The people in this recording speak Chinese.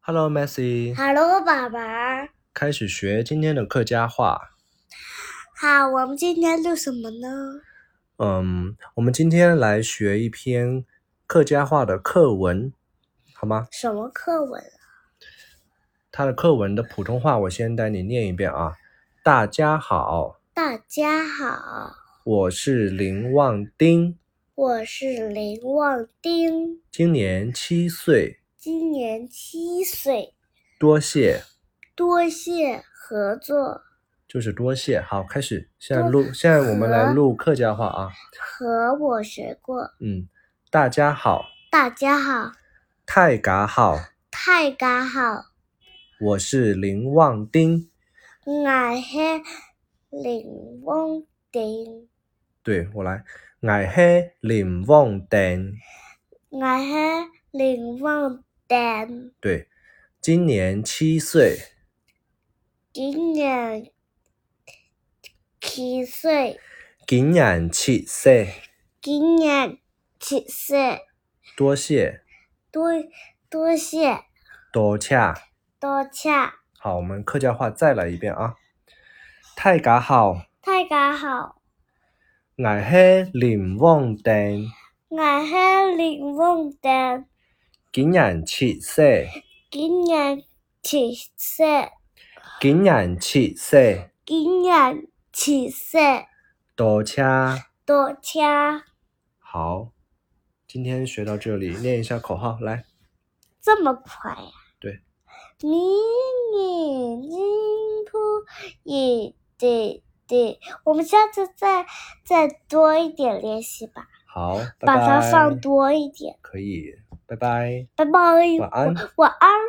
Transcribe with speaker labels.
Speaker 1: Hello, Messi，
Speaker 2: Hello，宝宝儿，
Speaker 1: 开始学今天的客家话。
Speaker 2: 好，我们今天录什么呢？
Speaker 1: 嗯，我们今天来学一篇客家话的课文，好吗？
Speaker 2: 什么课文啊？
Speaker 1: 它的课文的普通话我先带你念一遍啊。大家好，
Speaker 2: 大家好，
Speaker 1: 我是林望丁，
Speaker 2: 我是林望丁，
Speaker 1: 今年七岁，
Speaker 2: 今年七岁，
Speaker 1: 多谢，
Speaker 2: 多谢合作
Speaker 1: 就是多谢。好，开始，现在
Speaker 2: 多
Speaker 1: 录，现在我们来
Speaker 2: 和
Speaker 1: 录客家话啊。
Speaker 2: 和我学过。
Speaker 1: 嗯，大家好，
Speaker 2: 大家好，
Speaker 1: 太嘎好，
Speaker 2: 太家好，
Speaker 1: 我是林望丁。
Speaker 2: 我是林望丁，
Speaker 1: 对我来，我是林望丁。
Speaker 2: 我是林望丁，
Speaker 1: 对，今年七岁，
Speaker 2: 今年七岁，
Speaker 1: 今年七岁，
Speaker 2: 今年七岁。
Speaker 1: 多谢
Speaker 2: 多多谢
Speaker 1: 多谢。
Speaker 2: 多谢，
Speaker 1: 好，我们客家话再来一遍啊！大家好，
Speaker 2: 大家好，
Speaker 1: 我是林望丁，
Speaker 2: 我是林梦丹，
Speaker 1: 今年七岁，
Speaker 2: 今年七岁，
Speaker 1: 今年七岁，
Speaker 2: 今年七岁，
Speaker 1: 多谢。
Speaker 2: 多谢
Speaker 1: 好，今天学到这里，念一下口号，来，
Speaker 2: 这么快呀、
Speaker 1: 对，
Speaker 2: 明年进步一点点，我们下次再再多一点练习吧，
Speaker 1: 好，拜
Speaker 2: 把它
Speaker 1: 拜，
Speaker 2: 放多一点，
Speaker 1: 可以，拜拜，
Speaker 2: 拜拜，
Speaker 1: 晚安。
Speaker 2: 晚安。